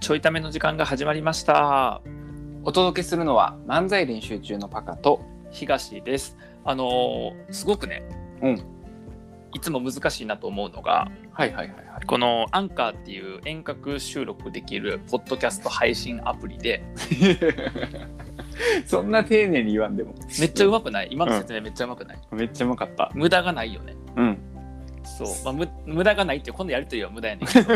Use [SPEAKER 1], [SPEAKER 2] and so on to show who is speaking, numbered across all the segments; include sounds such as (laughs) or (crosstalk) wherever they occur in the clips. [SPEAKER 1] ちょいための時間が始まりました。
[SPEAKER 2] お届けするのは漫才練習中のパカと
[SPEAKER 1] 東です。あのーすごくね、
[SPEAKER 2] うん
[SPEAKER 1] いつも難しいなと思うのが、
[SPEAKER 2] はいはいはいはい
[SPEAKER 1] このアンカーっていう遠隔収録できるポッドキャスト配信アプリで、
[SPEAKER 2] そんな丁寧に言わんでも
[SPEAKER 1] めっちゃうまくない今の説明めっちゃうまくない、
[SPEAKER 2] めっちゃうまかった
[SPEAKER 1] 無駄がないよね。
[SPEAKER 2] うん
[SPEAKER 1] そう、まあ、む無駄がないっていう、今度やりとりは無駄やねんけ
[SPEAKER 2] (laughs)
[SPEAKER 1] ど。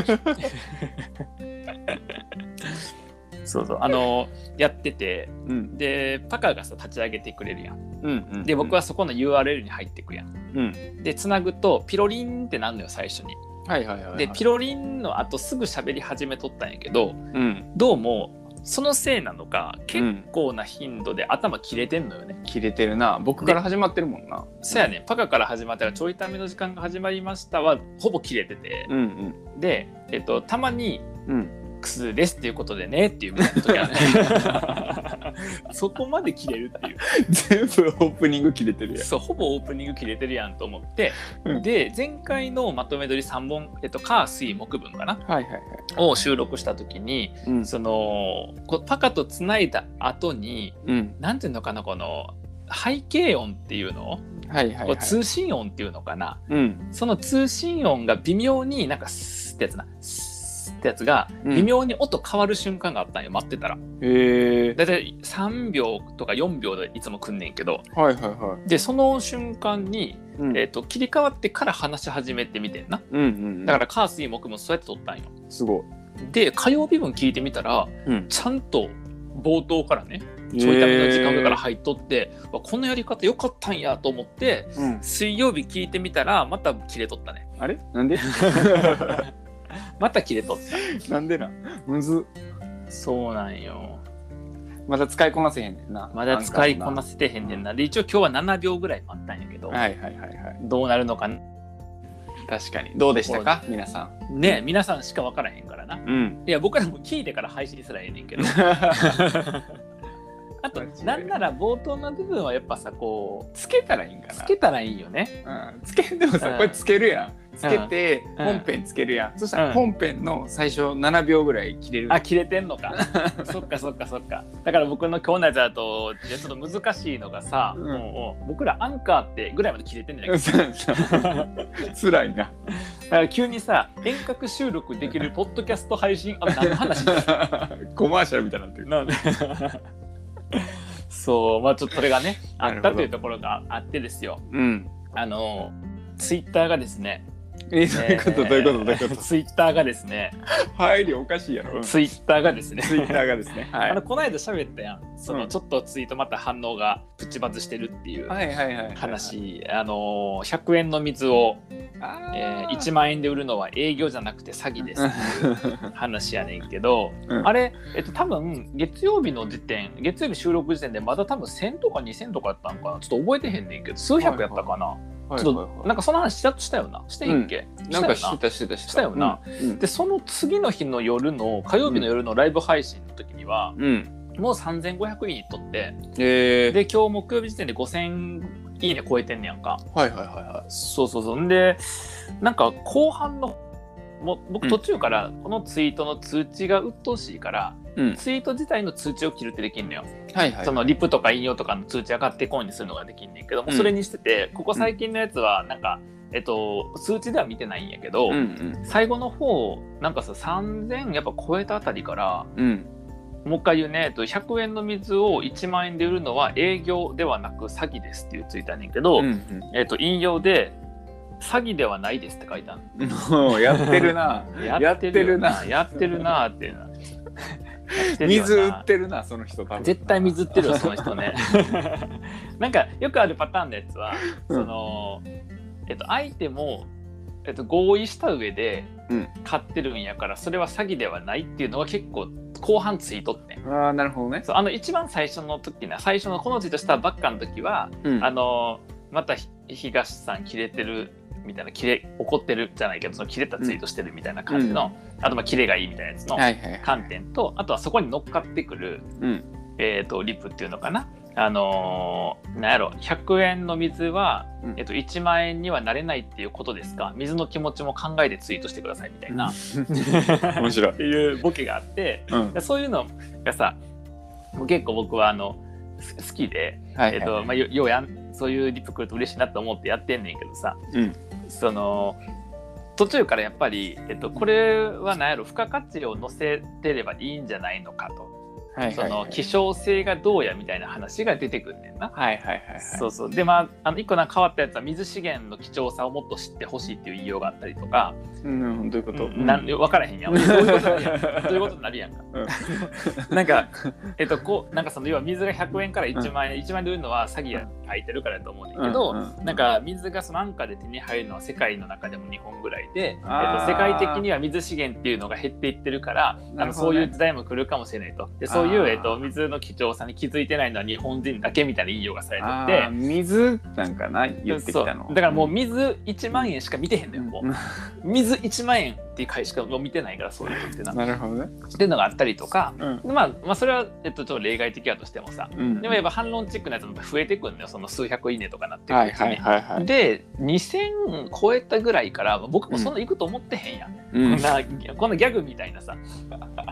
[SPEAKER 1] そうそう、あのーやってて、
[SPEAKER 2] うん
[SPEAKER 1] で、パカがさ、立ち上げてくれるやん。
[SPEAKER 2] うんうん
[SPEAKER 1] で、僕はそこの URL に入ってくやん。
[SPEAKER 2] うん
[SPEAKER 1] でつなぐとピロリンってなんのよ最初に。
[SPEAKER 2] はいはいはいはい
[SPEAKER 1] でピロリンの後すぐ喋り始めとったんやけど
[SPEAKER 2] うん
[SPEAKER 1] どうもそのせいなのか結構な頻度で頭切れてんのよね。
[SPEAKER 2] 切れてるな僕から始まってるもんな
[SPEAKER 1] そやねパカから始まったらちょいための時間が始まりましたはほぼ切れてて
[SPEAKER 2] うんうん
[SPEAKER 1] で、えっと、たまに
[SPEAKER 2] うん
[SPEAKER 1] 「クスです」っていうことでねっていうみたいな時はね
[SPEAKER 2] (laughs)
[SPEAKER 1] そこまで切れるっていう
[SPEAKER 2] 全部オープニング切れてるやん
[SPEAKER 1] そうほぼオープニング切れてるやんと思って、
[SPEAKER 2] うん
[SPEAKER 1] で前回のまとめ撮り3本、えっと、火水木分かな
[SPEAKER 2] はいはいはい
[SPEAKER 1] を収録した時に
[SPEAKER 2] うん
[SPEAKER 1] そのこパカとつないだ後に
[SPEAKER 2] うん
[SPEAKER 1] 何ていうのかなこの背景音っていうの、
[SPEAKER 2] はいはいは
[SPEAKER 1] こう
[SPEAKER 2] い
[SPEAKER 1] 通信音っていうのかな
[SPEAKER 2] うん
[SPEAKER 1] その通信音が微妙になんかスーってやつなスーってやつが
[SPEAKER 2] うん
[SPEAKER 1] 微妙に音変わる瞬間があったんよ待ってたら
[SPEAKER 2] へえ
[SPEAKER 1] だいたい3秒とか4秒でいつも来んねんけど
[SPEAKER 2] はいはいは
[SPEAKER 1] でその瞬間に、
[SPEAKER 2] いうん
[SPEAKER 1] えー、と切り替わってから話し始めてみてんな
[SPEAKER 2] うんうん
[SPEAKER 1] だからら火水木もそうやって撮ったんよ
[SPEAKER 2] すごい
[SPEAKER 1] で火曜日分聞いてみたら
[SPEAKER 2] うん
[SPEAKER 1] ちゃんと冒頭からね
[SPEAKER 2] ち
[SPEAKER 1] ちょいための時間から入っとって、わこのやり方良かったんやと思って
[SPEAKER 2] うん
[SPEAKER 1] 水曜日聞いてみたらまた切れとったね
[SPEAKER 2] あれなん (laughs) で
[SPEAKER 1] また切れとっ
[SPEAKER 2] なんでなむず
[SPEAKER 1] たそうなんよ
[SPEAKER 2] まだ使いこなせへんねんな
[SPEAKER 1] まだ使いこな
[SPEAKER 2] せ
[SPEAKER 1] せてへんねんなで一応今日は7秒ぐらい待ったんやけど、
[SPEAKER 2] はいはいはいはい
[SPEAKER 1] どうなるのかな
[SPEAKER 2] 確かにどうでしたか皆さん
[SPEAKER 1] ねえ皆さんしか分からへんからない
[SPEAKER 2] うん
[SPEAKER 1] や僕らも聞いてから配信すらええねんけどあ (laughs) と
[SPEAKER 2] マジで
[SPEAKER 1] なんなら冒頭の部分はやっぱさこ
[SPEAKER 2] (laughs) つけたらいいん
[SPEAKER 1] う
[SPEAKER 2] か
[SPEAKER 1] つ
[SPEAKER 2] な
[SPEAKER 1] けたらいいよね
[SPEAKER 2] うんつけでも
[SPEAKER 1] う
[SPEAKER 2] さ
[SPEAKER 1] ん
[SPEAKER 2] これつけるやんつけて
[SPEAKER 1] うん
[SPEAKER 2] 本編つけるやんそした
[SPEAKER 1] うん
[SPEAKER 2] ら本編の最初7秒ぐらい切れる
[SPEAKER 1] あ切れてんのか (laughs) そっかそっかそっかだから僕の今日のやつだといやちょっと難しいのがさ、
[SPEAKER 2] うん
[SPEAKER 1] もう僕らアンカーってぐらいまで切れてんじゃない
[SPEAKER 2] そうそう
[SPEAKER 1] (laughs)
[SPEAKER 2] 辛いな
[SPEAKER 1] だから急にさ遠隔収録できるポッドキャスト配信あ何の話
[SPEAKER 2] コマーシャルみたいになってる
[SPEAKER 1] なんで (laughs) そうまあちょっとそれがねあ
[SPEAKER 2] な
[SPEAKER 1] っ
[SPEAKER 2] るほ
[SPEAKER 1] た
[SPEAKER 2] ど
[SPEAKER 1] というところがあってですよ
[SPEAKER 2] うん
[SPEAKER 1] あのツイッターがですね
[SPEAKER 2] えどういうことどういうことどういうこ
[SPEAKER 1] ツイッターがですね
[SPEAKER 2] と配慮おかしいやろツ
[SPEAKER 1] ツイッターがですね
[SPEAKER 2] イッターがです
[SPEAKER 1] (laughs)
[SPEAKER 2] ねは
[SPEAKER 1] あの
[SPEAKER 2] い
[SPEAKER 1] この間喋ったやんその、
[SPEAKER 2] うん
[SPEAKER 1] ちょっとツイートまた反応がプチバズしてるっていう
[SPEAKER 2] はいはいはい
[SPEAKER 1] 話、あのー100円の水を、
[SPEAKER 2] あ
[SPEAKER 1] えー
[SPEAKER 2] ー
[SPEAKER 1] 1万円で売るのは営業じゃなくて詐欺です
[SPEAKER 2] (laughs)
[SPEAKER 1] っていう
[SPEAKER 2] う
[SPEAKER 1] 話やねんけど、
[SPEAKER 2] うん
[SPEAKER 1] あれ、えっと、多分月曜日の時点月曜日収録時点でまだ多分1000とか2000とかやったんかなちょっと覚えてへんねんけど数百やったかな、
[SPEAKER 2] ん
[SPEAKER 1] ちょっと、なんかその話したしたよなしてへんっけ、
[SPEAKER 2] なんかして
[SPEAKER 1] たよ
[SPEAKER 2] たしてたして
[SPEAKER 1] したよな。
[SPEAKER 2] うん
[SPEAKER 1] でその次の日の夜の火曜日の夜のライブ配信の時には、
[SPEAKER 2] うん。
[SPEAKER 1] もう3500いいとって
[SPEAKER 2] え
[SPEAKER 1] で今日木曜日時点で5000いいね超えてんねやんか
[SPEAKER 2] はいはいはいは
[SPEAKER 1] そうそうそう。んで、なんか後半の、も僕途中からこのツイートの通知が鬱陶しいから、
[SPEAKER 2] い。うん。
[SPEAKER 1] ツイート自体の通知を切るってできんのよ。
[SPEAKER 2] はいはい。
[SPEAKER 1] そのリプとか引用とかの通知上がってこいにするのができんねんけども、
[SPEAKER 2] うん
[SPEAKER 1] それにしてて、ここ最近のやつはなんか、えっと、数値では見てないんやけど、
[SPEAKER 2] うんうん
[SPEAKER 1] 最後の方、なんかさ、3000やっぱ超えたあたりから、
[SPEAKER 2] うん。
[SPEAKER 1] もう一回言うね、えっと、100円の水を1万円で売るのは営業ではなく詐欺ですっていうツイートやねんけど、
[SPEAKER 2] うんうん
[SPEAKER 1] えっと引用で「詐欺ではないです」って書いたの。
[SPEAKER 2] もうやってるな
[SPEAKER 1] (laughs) やってるよな
[SPEAKER 2] や
[SPEAKER 1] やって
[SPEAKER 2] (laughs)
[SPEAKER 1] るなーってなやって
[SPEAKER 2] っ
[SPEAKER 1] る
[SPEAKER 2] てるな
[SPEAKER 1] よな
[SPEAKER 2] 水売ってるな、その人多分。
[SPEAKER 1] (laughs) 絶対水売ってるよその人ね (laughs) なんかよくあるパターンのやつは
[SPEAKER 2] うん
[SPEAKER 1] その、えっと、相手も、えっと、合意した上で
[SPEAKER 2] うん
[SPEAKER 1] 買ってるんやからそれは詐欺ではないっていうのが結構後半ついとってん
[SPEAKER 2] ああ、なるほどね。
[SPEAKER 1] そうあの一番最初の時な最初のこのツイートしたばっかの時は
[SPEAKER 2] うん
[SPEAKER 1] あのまたひ東さんキレてるみたいなキレ怒ってるじゃないけどそのキレたツイートしてるみたいな感じの、あとまあキレがいいみたいなやつの
[SPEAKER 2] はいはいはい。
[SPEAKER 1] 観点とあとはそこに乗っかってくる、
[SPEAKER 2] うん。
[SPEAKER 1] えー、とリップっていうのかなあのーなんやろ100円の水は
[SPEAKER 2] うん、
[SPEAKER 1] えっと、1万円にはなれないっていうことですか水の気持ちも考えてツイートしてくださいみたいな、
[SPEAKER 2] 面白
[SPEAKER 1] (laughs)
[SPEAKER 2] い
[SPEAKER 1] っていうボケがあって
[SPEAKER 2] うん
[SPEAKER 1] でそういうのがさもう結構僕はあのす好きで、
[SPEAKER 2] はい
[SPEAKER 1] えっ
[SPEAKER 2] は
[SPEAKER 1] とまあ、よようやんそういうリプ来ると嬉しいなと思ってやってんねんけどさ、
[SPEAKER 2] うん
[SPEAKER 1] その途中からやっぱり、えっと、これは何やろ付加価値を載せてればいいんじゃないのかと、
[SPEAKER 2] いはい
[SPEAKER 1] その希少性がどうやみたいな話が出てくんねんな。
[SPEAKER 2] はいはいはいはい
[SPEAKER 1] そうそうでまああの一個なんか変わったやつは水資源の貴重さをもっと知ってほしいっていう言いようがあったりとか、
[SPEAKER 2] うんどういうこと
[SPEAKER 1] なん
[SPEAKER 2] で
[SPEAKER 1] 分からへんやんどういうことなんやどういうことになるやんか。なん
[SPEAKER 2] (laughs)
[SPEAKER 1] か、えっと、こう、なんかその要は水が100円から1万円、1万円で売るのは詐欺が入ってるからやと思うんだけど、なんか水がその安価で手に入るのは世界の中でも日本ぐらいで、えっと、
[SPEAKER 2] あー
[SPEAKER 1] 世界的には水資源っていうのが減っていってるからあ
[SPEAKER 2] な
[SPEAKER 1] の
[SPEAKER 2] るほ
[SPEAKER 1] そ
[SPEAKER 2] どね
[SPEAKER 1] ういう時代も来るかもしれないとでそうい
[SPEAKER 2] あ
[SPEAKER 1] う、
[SPEAKER 2] ー
[SPEAKER 1] えっと、水の貴重さに気づいてないのは日本人だけみたいな言いようがされ
[SPEAKER 2] あ
[SPEAKER 1] て
[SPEAKER 2] ー水なんかな
[SPEAKER 1] て
[SPEAKER 2] 言ってきたの
[SPEAKER 1] そうだからもう水1万円しか見てへんのよ、もう水1万円っていう回しかもう見てないからそういうのってな。
[SPEAKER 2] なるほどね
[SPEAKER 1] っていうのがあったりとか、
[SPEAKER 2] うん
[SPEAKER 1] まあ、まあそれは、えっと、ちょっと例外的だとしてもさ
[SPEAKER 2] うん
[SPEAKER 1] でもやっぱ反論チックなやつも増えてくんのよその数百いいねとかなってく
[SPEAKER 2] は
[SPEAKER 1] る
[SPEAKER 2] いう
[SPEAKER 1] ちに
[SPEAKER 2] はいはいはい
[SPEAKER 1] で2000超えたぐらいから僕もそんな行くと思ってへんやん、
[SPEAKER 2] うん
[SPEAKER 1] こんなこんなギャグみたいなさ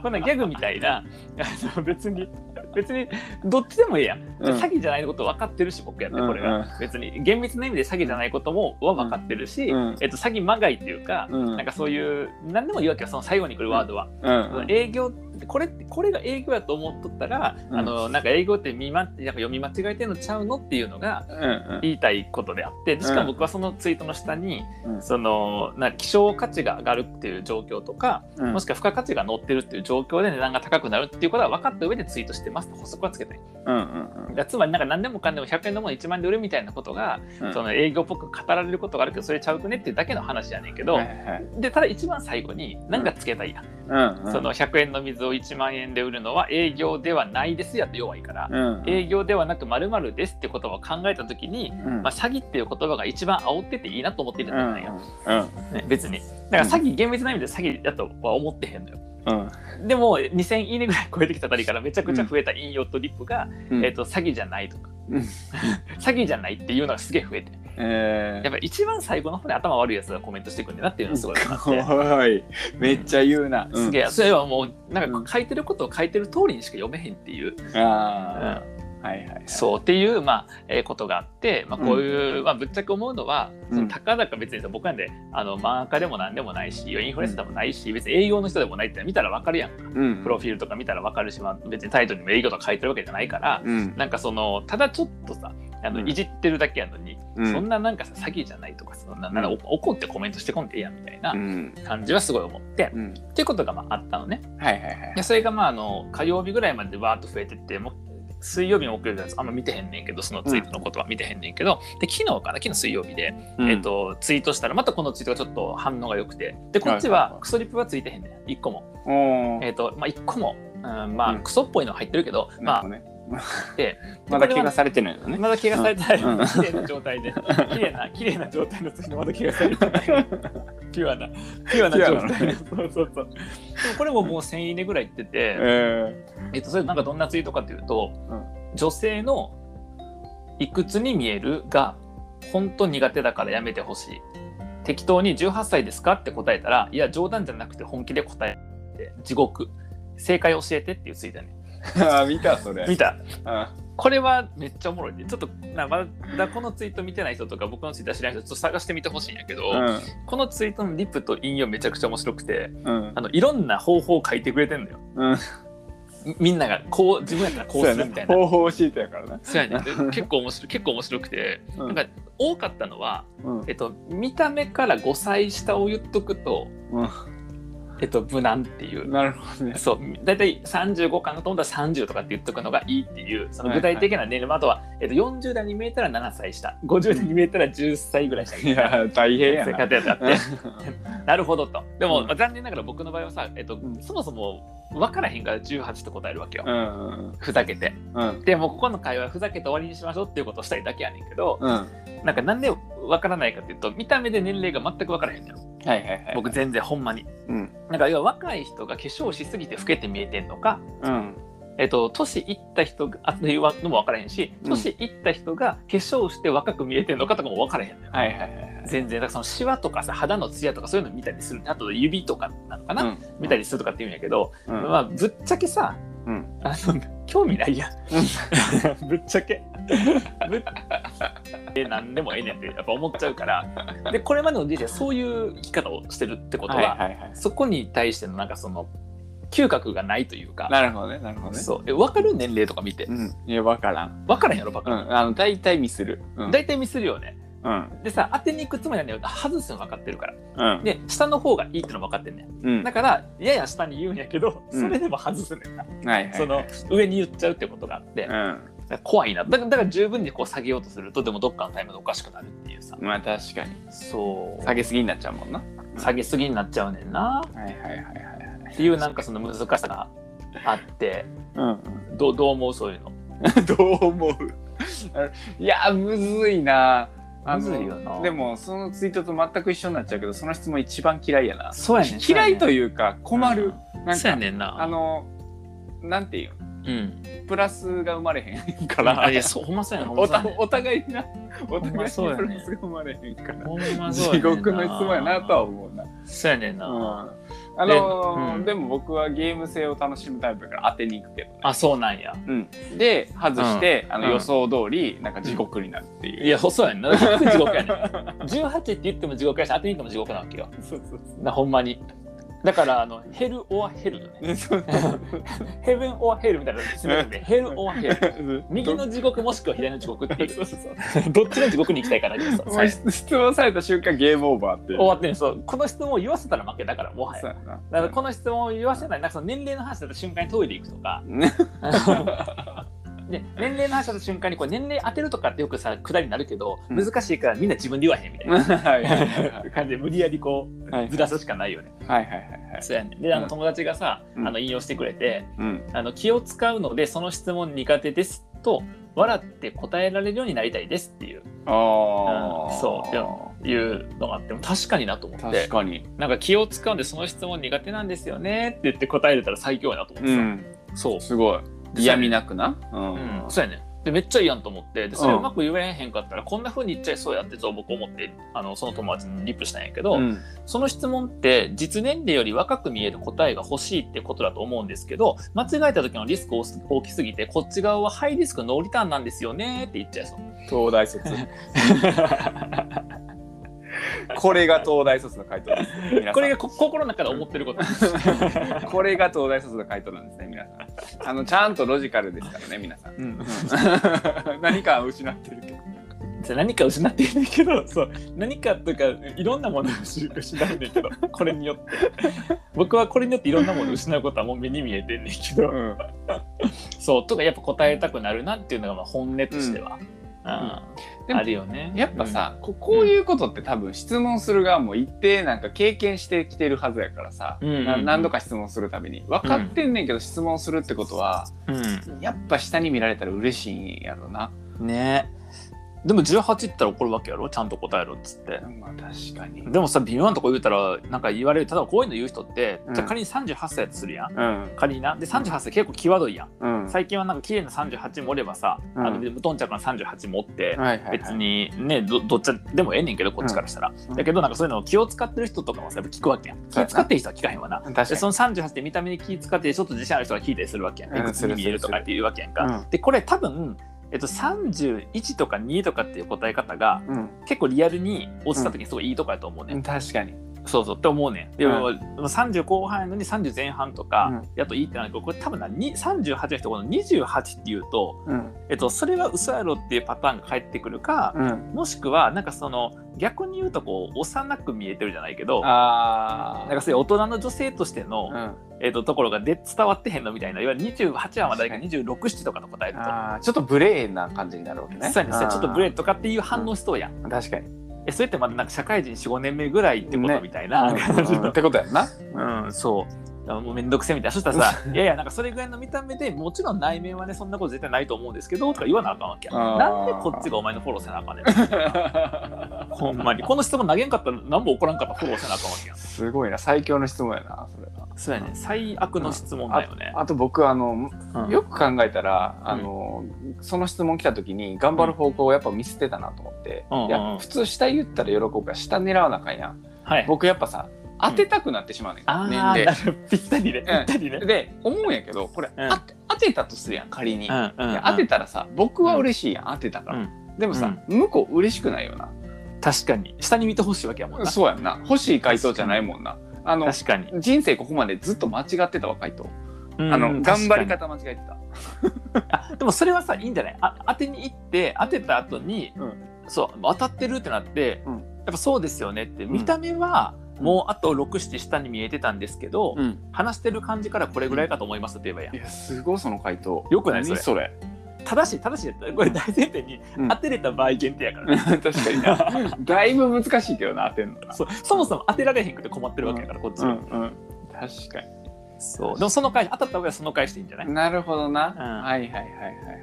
[SPEAKER 1] こんなギャグみたいな (laughs) あの別に別にどっちでもいいやん、
[SPEAKER 2] うん
[SPEAKER 1] 詐欺じゃないこと分かってるし僕やってこれが、
[SPEAKER 2] うんうん
[SPEAKER 1] 別に厳密な意味で詐欺じゃないこともは分かってるし、
[SPEAKER 2] うん
[SPEAKER 1] えっと、詐欺まがいっていうか、
[SPEAKER 2] うん
[SPEAKER 1] なんかそういう何でもいいわけよその最後に来るワードは、
[SPEAKER 2] うんうん
[SPEAKER 1] 営業ってこれってこれが営業やと思っとったら、
[SPEAKER 2] うん
[SPEAKER 1] あのなんか営業って見、ま、なんか読み間違えてんのちゃうのっていうのが
[SPEAKER 2] うん
[SPEAKER 1] 言いたいことであってしかも僕はそのツイートの下に、
[SPEAKER 2] うん
[SPEAKER 1] そのな希少価値が上がるっていう状況とか、
[SPEAKER 2] うん
[SPEAKER 1] もしくは付加価値が乗ってるっていう状況で値段が高くなるっていうことは分かった上でツイートしてますと補足はつけたい
[SPEAKER 2] うんうん
[SPEAKER 1] だからつまりなんか何でもかんでも100円のもの1万円で売るみたいなことが、
[SPEAKER 2] うん
[SPEAKER 1] その営業っぽく語られることがあるけどそれちゃうくねっていうだけの話やねんけど、
[SPEAKER 2] はいはい
[SPEAKER 1] でただ一番最後に何かつけたいやん
[SPEAKER 2] うんうん
[SPEAKER 1] その100円の水を1万円で売るのは営業ではないですやと弱いから、
[SPEAKER 2] うんうん
[SPEAKER 1] 営業ではなく〇〇ですって言葉を考えた時に、
[SPEAKER 2] うん
[SPEAKER 1] まあ、詐欺っていう言葉が一番煽ってていいなと思ってるんじゃないよ、
[SPEAKER 2] うん
[SPEAKER 1] ね、別にだから詐欺厳密な意味で詐欺だとは思ってへんのよ
[SPEAKER 2] うん
[SPEAKER 1] でも2000いいねぐらい超えてきたあたりからめちゃくちゃ増えた引用とリップが、
[SPEAKER 2] うん
[SPEAKER 1] えっと詐欺じゃないとか、
[SPEAKER 2] うん
[SPEAKER 1] (laughs) 詐欺じゃないっていうのがすげえ増えて
[SPEAKER 2] え
[SPEAKER 1] やっぱ一番最後の方で頭悪いやつがコメントしてくんだなっていうのがすごい分かっ
[SPEAKER 2] ー
[SPEAKER 1] て。
[SPEAKER 2] おいめっちゃ言うな
[SPEAKER 1] すげ
[SPEAKER 2] え
[SPEAKER 1] えそれはもうなんか書いてることを書いてる通りにしか読めへんっていう
[SPEAKER 2] ああはいはい
[SPEAKER 1] そうっていう、まあえーことがあって、まあ、こういう、まあ、ぶっちゃけ思うのは、
[SPEAKER 2] うん
[SPEAKER 1] そのたかだか別にさ僕なんであの漫画家でも何でもないしインフルエンサーでもないし別に営業の人でもないって見たら分かるやんか
[SPEAKER 2] うん
[SPEAKER 1] プロフィールとか見たら分かるし、まあ、別にタイトルにも営業とか書いてるわけじゃないから、
[SPEAKER 2] うん
[SPEAKER 1] なんかそのただちょっとさあの、
[SPEAKER 2] うん
[SPEAKER 1] いじってるだけやのに、
[SPEAKER 2] うん
[SPEAKER 1] そんななんかさ詐欺じゃないとかそんななんか
[SPEAKER 2] うん
[SPEAKER 1] お怒ってコメントしてこんでええやんみたいな
[SPEAKER 2] うん
[SPEAKER 1] 感じはすごい思って、
[SPEAKER 2] うん
[SPEAKER 1] っていうことがまああったのね。
[SPEAKER 2] はいはいはい
[SPEAKER 1] でそれがまああの火曜日ぐらいまでわーっと増えてってもう水曜日も木曜日のやつあんま見てへんねんけどそのツイートのことは見てへんねんけど、で昨日かな昨日水曜日で、
[SPEAKER 2] うん
[SPEAKER 1] えっとツイートしたらまたこのツイートがちょっと反応が良くてでこっち
[SPEAKER 2] はいはい
[SPEAKER 1] は
[SPEAKER 2] はい
[SPEAKER 1] クソリップはついてへんねん1個も、
[SPEAKER 2] おー
[SPEAKER 1] えっとまあ、1個も、うん、まあ
[SPEAKER 2] うん
[SPEAKER 1] クソっぽいの入ってるけど、まあ
[SPEAKER 2] なるほどね
[SPEAKER 1] で
[SPEAKER 2] (laughs) まだ怪我されてないのね
[SPEAKER 1] まだ怪我されてない、
[SPEAKER 2] うんうん
[SPEAKER 1] 綺麗な状態で綺麗な綺麗な状態の次のまだ怪我されて
[SPEAKER 2] (laughs)
[SPEAKER 1] ないピュアなピュアな状態のそうそうそうでもこれももう1000いいねぐらいいってて、
[SPEAKER 2] え
[SPEAKER 1] えっと、それなんかどんなツイートかというと、
[SPEAKER 2] うん
[SPEAKER 1] 女性のいくつに見えるが本当苦手だからやめてほしい適当に18歳ですかって答えたらいや冗談じゃなくて本気で答えて地獄正解教えてっていうツイートやね
[SPEAKER 2] ーあー見たそれ
[SPEAKER 1] 見た
[SPEAKER 2] あ
[SPEAKER 1] これはめっちゃおもろいねちょっとなまだこのツイート見てない人とか僕のツイッター知らない人ちょっと探してみてほしいんやけど、
[SPEAKER 2] ー
[SPEAKER 1] このツイートのリップと引用めちゃくちゃ面白くて
[SPEAKER 2] うんうん
[SPEAKER 1] あのいろんな方法を書いてくれてんのよ
[SPEAKER 2] うん
[SPEAKER 1] みみんながこう自分やったらこうするみたいな
[SPEAKER 2] そうやね方法教えてやからね
[SPEAKER 1] そう
[SPEAKER 2] (laughs)
[SPEAKER 1] やねで結構面白い結構面白くて
[SPEAKER 2] う
[SPEAKER 1] なんか多かったのは、
[SPEAKER 2] うん
[SPEAKER 1] えっと、見た目から5歳下を言っとくと、えっと、無難っていううん
[SPEAKER 2] なるほ
[SPEAKER 1] (laughs)
[SPEAKER 2] どね
[SPEAKER 1] そう大体35かなと思ったら30とかって言っとくのがいいっていうその具体的な年齢もあとは、えっと、40代に見えたら7歳下50代に見えたら10歳ぐらい下
[SPEAKER 2] いや大変や
[SPEAKER 1] 生
[SPEAKER 2] な
[SPEAKER 1] 活やったって (laughs) なるほどとでも、
[SPEAKER 2] うん
[SPEAKER 1] まあ残念ながら僕の場合はさ、えっと
[SPEAKER 2] うん
[SPEAKER 1] そもそも分からへんから18と答えるわけよ、
[SPEAKER 2] うんうん
[SPEAKER 1] ふざけて
[SPEAKER 2] うん
[SPEAKER 1] でもうここの会話ふざけて終わりにしましょうっていうことをしたいだけやねんけど、
[SPEAKER 2] うんは
[SPEAKER 1] なんかなんでわからないかっていうと見た目で年齢が全くわからへんのよ
[SPEAKER 2] いはいはい
[SPEAKER 1] 僕全然ほんまに
[SPEAKER 2] うん
[SPEAKER 1] なんか要は若い人が化粧しすぎて老けて見えてんのか
[SPEAKER 2] うん
[SPEAKER 1] えっと、年いった人があというのも分からへんし
[SPEAKER 2] うん
[SPEAKER 1] 年いった人が化粧して若く見えてるのかとかも分からへんのよ、
[SPEAKER 2] はいはいはい
[SPEAKER 1] 全然だからそのシワとかさ肌のツヤとかそういうの見たりするあと指とかなのかな、
[SPEAKER 2] うん
[SPEAKER 1] 見たりするとかって言うんやけど、
[SPEAKER 2] うん
[SPEAKER 1] まあぶっちゃけさ
[SPEAKER 2] うん
[SPEAKER 1] あの興味ないや
[SPEAKER 2] (laughs)
[SPEAKER 1] んぶっちゃけぶっで何でもええねんってやっぱ思っちゃうからでこれまでの人生そういう生き方をしてるってことは、
[SPEAKER 2] はいはいはい
[SPEAKER 1] そこに対してのなんかその嗅覚がないというか
[SPEAKER 2] なるほどねなるほどね
[SPEAKER 1] そうえ分かる年齢とか見て
[SPEAKER 2] うんいや分からん
[SPEAKER 1] 分からんやろバ
[SPEAKER 2] う
[SPEAKER 1] カ、
[SPEAKER 2] んあの大体ミスるうん
[SPEAKER 1] 大体ミスるよね
[SPEAKER 2] うん
[SPEAKER 1] でさ当てに行くつもりなんだよ外すの分かってるから
[SPEAKER 2] うん
[SPEAKER 1] で下の方がいいっての分かってんねん
[SPEAKER 2] うん
[SPEAKER 1] だからやや下に言うんやけど
[SPEAKER 2] うん
[SPEAKER 1] それでも外すねんな、
[SPEAKER 2] はいはいはい
[SPEAKER 1] その上に言っちゃうってことがあって、
[SPEAKER 2] う
[SPEAKER 1] 怖いなだからだから十分にこう下げようとするとでもどっかのタイムでおかしくなるっていうさ
[SPEAKER 2] んまあ確かに
[SPEAKER 1] そう
[SPEAKER 2] 下げすぎになっちゃうもんな
[SPEAKER 1] 下げすぎになっちゃうねんな
[SPEAKER 2] はいはいはいはいはい
[SPEAKER 1] っていうなんかその難しさがあって
[SPEAKER 2] うん
[SPEAKER 1] どうどう思うそういうの (laughs)
[SPEAKER 2] どう思ういやむずいなあの
[SPEAKER 1] むずいよな
[SPEAKER 2] でもそのツイートと全く一緒になっちゃうけどその質問一番嫌いやな
[SPEAKER 1] そうや
[SPEAKER 2] 嫌いと
[SPEAKER 1] う
[SPEAKER 2] いうか困るなん
[SPEAKER 1] そうや
[SPEAKER 2] か
[SPEAKER 1] ねんな
[SPEAKER 2] あのなんていう
[SPEAKER 1] うん
[SPEAKER 2] プラスが生まれへんか
[SPEAKER 1] あ
[SPEAKER 2] ら
[SPEAKER 1] いやそうほんま (laughs) そうやねんほんま
[SPEAKER 2] お
[SPEAKER 1] そうや
[SPEAKER 2] た
[SPEAKER 1] ねん
[SPEAKER 2] お互いなお互い
[SPEAKER 1] ほんまそうや
[SPEAKER 2] プ
[SPEAKER 1] ね
[SPEAKER 2] ラスが生まれへんから
[SPEAKER 1] ほんまそう
[SPEAKER 2] 地
[SPEAKER 1] やねんな
[SPEAKER 2] 獄の質問やなとは思うな
[SPEAKER 1] そうやねんな、
[SPEAKER 2] うんあのー
[SPEAKER 1] でうん
[SPEAKER 2] でも僕はゲーム性を楽しむタイプだから当てに行くけどね、
[SPEAKER 1] あそうなんや
[SPEAKER 2] うん、で外して、あの
[SPEAKER 1] うん
[SPEAKER 2] 予想通りなんか地獄になるっていう、
[SPEAKER 1] いやそうやねんな地獄やねん (laughs) 18って言っても地獄やし当てに行っても地獄なわけよ
[SPEAKER 2] そうそう
[SPEAKER 1] なほんまにだからあのヘル・オア・ヘルよね
[SPEAKER 2] そう
[SPEAKER 1] ヘブン・オア・ヘルみたいなのするんでヘル・オア・ヘル右の地獄もしくは左の地獄ってい
[SPEAKER 2] (laughs) そうそうそう
[SPEAKER 1] うどっちの地獄に行きたいからさ
[SPEAKER 2] もう
[SPEAKER 1] 最初
[SPEAKER 2] 質質問された瞬間ゲームオーバーっていう
[SPEAKER 1] 終わってんそうこの質問を言わせたら負けだからもはや
[SPEAKER 2] そう
[SPEAKER 1] だ
[SPEAKER 2] やな
[SPEAKER 1] からこの質問を言わせないなんかその年齢の話だった瞬間にトイレ行くとか (laughs) で年齢の話だった瞬間にこう年齢当てるとかってよくさ下りになるけど
[SPEAKER 2] うん
[SPEAKER 1] 難しいからみんな自分で言わへんみたいな (laughs)
[SPEAKER 2] はいはいはい
[SPEAKER 1] 感じで無理やりこ
[SPEAKER 2] は
[SPEAKER 1] う
[SPEAKER 2] い
[SPEAKER 1] ずらすしかないよね。
[SPEAKER 2] はいはいはい
[SPEAKER 1] そうやねであ
[SPEAKER 2] う
[SPEAKER 1] の
[SPEAKER 2] ん
[SPEAKER 1] 友達がさ、
[SPEAKER 2] うん
[SPEAKER 1] あの引用してくれて
[SPEAKER 2] うん
[SPEAKER 1] あの気を使うのでその質問苦手ですと笑って答えられるようになりたいですっていう
[SPEAKER 2] ああ
[SPEAKER 1] うんそうでもいうのがあっても確かになと思って
[SPEAKER 2] 確かに
[SPEAKER 1] なんか気を使うんでその質問苦手なんですよねって言って答えれたら最強やなと思ってさ、そう、
[SPEAKER 2] すごい
[SPEAKER 1] で
[SPEAKER 2] 嫌味なくなう
[SPEAKER 1] うん
[SPEAKER 2] ん、
[SPEAKER 1] そうやねでめっちゃいいやんと思ってでそれ
[SPEAKER 2] う
[SPEAKER 1] うんまく言えへんかったら、こんな風に言っちゃいそうやってと僕思ってあのその友達にリップしたんやけど、
[SPEAKER 2] うん
[SPEAKER 1] その質問って実年齢より若く見える答えが欲しいってことだと思うんですけど間違えた時のリスク大きすぎてこっち側はハイリスクノーリターンなんですよねって言っちゃいそう。
[SPEAKER 2] 東大 (laughs) 卒これが東大卒の回答です皆さん
[SPEAKER 1] これがこ心の中で思ってること。
[SPEAKER 2] これが東大卒の回答なんですね皆さんあのちゃんとロジカルですからね皆さん (laughs) 何かを失ってるけど
[SPEAKER 1] じゃあ何か失っていないけどそう何かというかいろんなものを失うんだけ (laughs) どこれによって僕はこれによっていろんなものを失うことはもう目に見えてんねんけど
[SPEAKER 2] ん
[SPEAKER 1] そうとかやっぱ答えたくなるなっていうのがまあ本音としては、うん
[SPEAKER 2] でも
[SPEAKER 1] あるよね
[SPEAKER 2] やっぱ、さ、ここういうことって多分質問する側も一定なんか経験してきてるはずやからさ、
[SPEAKER 1] うんうんうん
[SPEAKER 2] な何度か質問するたびに分かってんねんけど質問するってことは、
[SPEAKER 1] うん
[SPEAKER 2] やっぱ下に見られたら嬉しいんやろな、
[SPEAKER 1] ねでも18言ったら怒るわけやろちゃんと答えろっつって
[SPEAKER 2] まあ確かに
[SPEAKER 1] でもさ微妙なとこ言うたらなんか言われる例えばこういうの言う人って、
[SPEAKER 2] うん
[SPEAKER 1] じゃあ仮に38歳やとするやん
[SPEAKER 2] うん
[SPEAKER 1] 仮になで38歳結構際どいやん
[SPEAKER 2] うん
[SPEAKER 1] 最近はなんか綺麗な38もおればさ、
[SPEAKER 2] うん
[SPEAKER 1] あの無頓着な38もおって、
[SPEAKER 2] はいはいはい
[SPEAKER 1] 別にねどどっちでもええねんけどこっちからしたら、
[SPEAKER 2] うん
[SPEAKER 1] だけどなんかそういうのを気を使ってる人とかはさやっぱ聞くわけやん気
[SPEAKER 2] そうやな
[SPEAKER 1] 使ってる人は聞かへんわな
[SPEAKER 2] 確かに
[SPEAKER 1] でその38って見た目に気使ってちょっと自信ある人が聞いたりするわけやん、
[SPEAKER 2] うん
[SPEAKER 1] いくつに見えるとかっていうわけやんか、
[SPEAKER 2] するする
[SPEAKER 1] でこれ多分、えっと、31とか2とかっていう答え方が
[SPEAKER 2] うん
[SPEAKER 1] 結構リアルに落ちた時にすごいいいとこやと思うね、
[SPEAKER 2] うんん、確かに
[SPEAKER 1] そうそうって思うねんでも、30後半やのに30前半とか
[SPEAKER 2] う
[SPEAKER 1] やといいってなるけどこれ多分なに38の人この28っていうと、
[SPEAKER 2] うん
[SPEAKER 1] えっと、それは嘘やろっていうパターンが返ってくるか、
[SPEAKER 2] うん
[SPEAKER 1] もしくはなんかその逆に言うとこう幼く見えてるじゃないけど
[SPEAKER 2] ああ
[SPEAKER 1] なんかそういう大人の女性としての、えっとところがで伝わってへんのみたいないわゆる28はまだいいか26とかの答えだと。
[SPEAKER 2] あーちょっと無礼な感じになるわけね。
[SPEAKER 1] そうやねそうやねちょっとブレ
[SPEAKER 2] ー
[SPEAKER 1] とかっていう反応しそうやん。
[SPEAKER 2] 確かに。
[SPEAKER 1] えそれってまだなんか社会人45年目ぐらいってこと
[SPEAKER 2] ね
[SPEAKER 1] みたいな感じ
[SPEAKER 2] うんっ
[SPEAKER 1] の、
[SPEAKER 2] てことやんな。
[SPEAKER 1] うん、そうあもうめんどくせえみたいなそしたら (laughs) さ「いやいやなんかそれぐらいの見た目でもちろん内面はねそんなこと絶対ないと思うんですけど」とか言わなあかんわけや
[SPEAKER 2] あー
[SPEAKER 1] なんでこっちがお前のフォローせなあかんねんほんまにこの質問投げんかったら何も起こらんかったらフォローせなあかんわけやん
[SPEAKER 2] (laughs) すごいな最強の質問やなそれは
[SPEAKER 1] そうやね、最悪の質問だよね。
[SPEAKER 2] あと僕あの
[SPEAKER 1] うん
[SPEAKER 2] よく考えたら、
[SPEAKER 1] ん
[SPEAKER 2] あのその質問来た時に頑張る方向をやっぱ見捨てたなと思って、
[SPEAKER 1] うんうんうん
[SPEAKER 2] いや普通下言ったら喜ぶから下狙わなあかんやん
[SPEAKER 1] はい。
[SPEAKER 2] 僕やっぱさ当てたくなってしまうねん、
[SPEAKER 1] あ
[SPEAKER 2] 年
[SPEAKER 1] あ、
[SPEAKER 2] 齢
[SPEAKER 1] なるほどぴったりね。ぴったりね。
[SPEAKER 2] で思うんやけどこれ、
[SPEAKER 1] うん
[SPEAKER 2] あて当てたとするやん仮に、
[SPEAKER 1] うんうん
[SPEAKER 2] いうや
[SPEAKER 1] ん
[SPEAKER 2] 当てたらさ僕は嬉しいやん当てたから、
[SPEAKER 1] うん
[SPEAKER 2] でもさ、向こう嬉しくないよな、
[SPEAKER 1] 確かに。下に見てほしいわけやもんな。
[SPEAKER 2] そうやんな欲しい回答じゃないもんなあの
[SPEAKER 1] 確かに。
[SPEAKER 2] 人生ここまでずっと間違ってたわ回答、
[SPEAKER 1] うん
[SPEAKER 2] あの頑張り。
[SPEAKER 1] 確
[SPEAKER 2] 方間違えてた
[SPEAKER 1] かにあでもそれはさ、いいんじゃないあ当てに行って、当てた後に
[SPEAKER 2] うん、
[SPEAKER 1] そう、当たってるってなって
[SPEAKER 2] うん、
[SPEAKER 1] やっぱそうですよねって、
[SPEAKER 2] ん
[SPEAKER 1] 見た目は、
[SPEAKER 2] うん
[SPEAKER 1] もうあと6、7下に見えてたんですけど、
[SPEAKER 2] ん
[SPEAKER 1] 話してる感じからこれぐらいかと思いますって言えばいいやん
[SPEAKER 2] いやすごいその回答
[SPEAKER 1] よくない
[SPEAKER 2] 何それ
[SPEAKER 1] 正しい正しいこれ大前提に
[SPEAKER 2] うん
[SPEAKER 1] 当てれた場合限定やからね、
[SPEAKER 2] (laughs) 確かに (laughs) なだいぶ難しいけどな当てんのな
[SPEAKER 1] そうそもそも当てられへんくて困ってるわけやから、こっちは、
[SPEAKER 2] うん確か
[SPEAKER 1] そうでもその回当たった上はその回していいんじゃない、
[SPEAKER 2] になるほどな、
[SPEAKER 1] うん
[SPEAKER 2] はいはいはいはい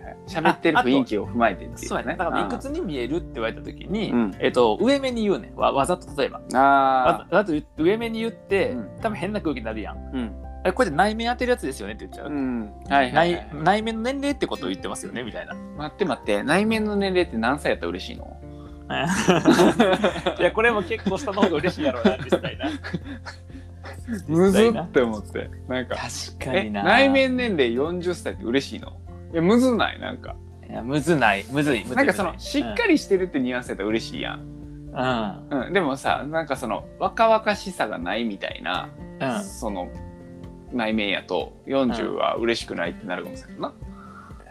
[SPEAKER 2] はい喋ってる雰囲気を踏まえてってい
[SPEAKER 1] そうやねだからいくつに見えるって言われた時に、
[SPEAKER 2] うん
[SPEAKER 1] えっと上目に言うねわわざと例えば
[SPEAKER 2] うんあ
[SPEAKER 1] わざわざと言って上目に言って、
[SPEAKER 2] うん
[SPEAKER 1] 多分変な空気になるやん
[SPEAKER 2] あうん、
[SPEAKER 1] えこれで内面当てるやつですよねって言っちゃう、
[SPEAKER 2] うん、はいはい、はい
[SPEAKER 1] 内、内面の年齢ってことを言ってますよねみたいな
[SPEAKER 2] 待って待って内面の年齢って何歳やったら嬉しいの
[SPEAKER 1] いやこれも結構下の方が嬉しいやろうなみたい (laughs) な
[SPEAKER 2] (laughs) むずって思ってなんか
[SPEAKER 1] 確
[SPEAKER 2] え内面年齢40歳って嬉しいのいやむずないなんか
[SPEAKER 1] いやむずないむずいむずい
[SPEAKER 2] なんかそのしっかりしてるってニュアンスやったら嬉しいやん、
[SPEAKER 1] り、うん
[SPEAKER 2] うん、でもさなんかその若々しさがないみたいな
[SPEAKER 1] うん、
[SPEAKER 2] その内面やと40は嬉しくないってなるかもしれないな、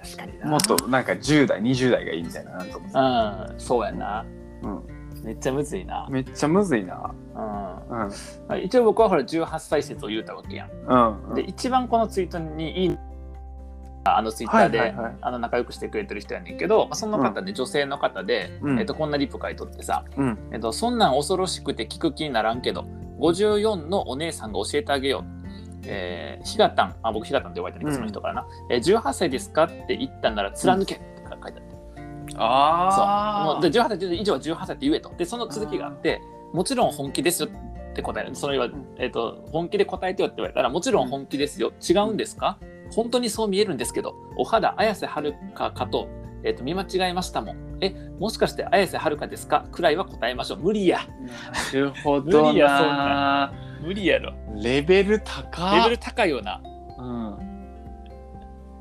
[SPEAKER 1] 確かに
[SPEAKER 2] もっとなんか10代20代がいいみたいななんかもさ、
[SPEAKER 1] うん、そうやな。
[SPEAKER 2] うん、
[SPEAKER 1] めっちゃむずいな。
[SPEAKER 2] めっちゃむずいな
[SPEAKER 1] う
[SPEAKER 2] うん
[SPEAKER 1] ん、一応僕はほら18歳説を言うたわけやん。
[SPEAKER 2] うん
[SPEAKER 1] で、一番このツイートにいいあのツイッターで、
[SPEAKER 2] はいはいはい
[SPEAKER 1] あの仲良くしてくれてる人やねんけど、まあ、その方ね、女性の方で、
[SPEAKER 2] うん
[SPEAKER 1] えっと、こんなリプ書いとってさ、
[SPEAKER 2] うん
[SPEAKER 1] えっと「そんなん恐ろしくて聞く気にならんけど54のお姉さんが教えてあげよう」えー「ひがたん」あ僕ひがたんって呼ばれてるその人からな、えー「18歳ですか?」って言ったんなら貫け」って書いてあって。そうも
[SPEAKER 2] あ
[SPEAKER 1] う
[SPEAKER 2] あ
[SPEAKER 1] で18歳以上は18歳って言えとでその続きがあってもちろん本気ですよって答えるそれは、えっと本気で答えてよって言われたらもちろん本気ですよ違うんですか本当にそう見えるんですけどお肌綾瀬はるかかと,、えっと見間違えましたもんえもしかして綾瀬はるかですかくらいは答えましょう無理や
[SPEAKER 2] なるほ
[SPEAKER 1] 無
[SPEAKER 2] ど
[SPEAKER 1] 理やそん
[SPEAKER 2] な
[SPEAKER 1] 無理やろ
[SPEAKER 2] レベル高
[SPEAKER 1] レベル高いよな
[SPEAKER 2] うん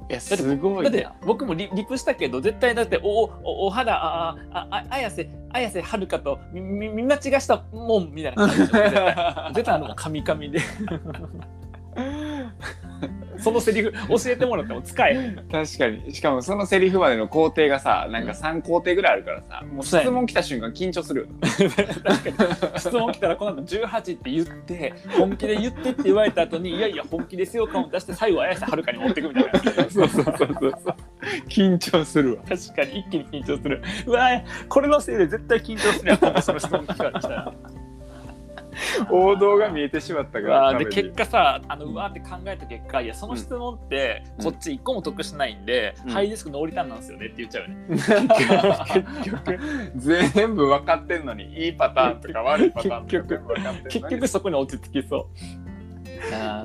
[SPEAKER 2] いやすごい
[SPEAKER 1] だ
[SPEAKER 2] な
[SPEAKER 1] って僕もリリプしたけど絶対だっておおおお肌ああああ綾瀬綾瀬はるかとみみ見間違えしたもんみたいな感じでしょ (laughs) 絶対
[SPEAKER 2] (laughs)
[SPEAKER 1] 絶対あのカミカミで (laughs) そのセリフ教えてもらっても使えへん
[SPEAKER 2] 確かにしかもそのセリフまでの工程がさなんか3工程ぐらいあるからさもう質
[SPEAKER 1] そうやね
[SPEAKER 2] 問来た瞬間緊張 (laughs) するよな
[SPEAKER 1] 確かに質問来たらこの後18って言って本気で言ってって言われた後にいやいや本気ですよ感を出して最後綾瀬はるかに持ってくみたいな確
[SPEAKER 2] そうそうそうそうそう緊張するわ
[SPEAKER 1] かに一気に緊張するうわこれのせいで絶対緊張するやん今度その質問来たら
[SPEAKER 2] 王道が見えてしまったか
[SPEAKER 1] う
[SPEAKER 2] ら
[SPEAKER 1] わで
[SPEAKER 2] 食べ
[SPEAKER 1] 結
[SPEAKER 2] に
[SPEAKER 1] 果さあのうわーって考えた結果いやその質問って
[SPEAKER 2] うん
[SPEAKER 1] こっち一個も得してないんで、
[SPEAKER 2] うん
[SPEAKER 1] ハイリスクノーリターンなんですよねって言っちゃうよね
[SPEAKER 2] 結局全部分かってんのにいいパターンとか悪いパターンとか全部分かってんのに
[SPEAKER 1] 結局そこに落ち着きそう
[SPEAKER 2] 確か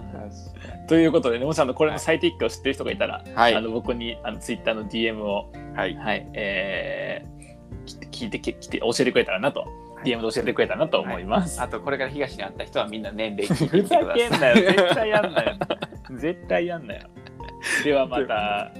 [SPEAKER 1] ということでね、もしあのこれの最適化を知ってる人がいたら、
[SPEAKER 2] には
[SPEAKER 1] あの僕にあのツイッターの DM を、
[SPEAKER 2] はい
[SPEAKER 1] はいえーき聞いてききて教えてくれたらなと、
[SPEAKER 2] い
[SPEAKER 1] DM で教えてくれたらなと思います。
[SPEAKER 2] あとこれから東に会った人はみんな年齢聞いて
[SPEAKER 1] ふ
[SPEAKER 2] みて
[SPEAKER 1] ざ
[SPEAKER 2] くださ
[SPEAKER 1] け
[SPEAKER 2] い
[SPEAKER 1] んなよ、絶対やんなよ。絶対やんなよ。ではまた。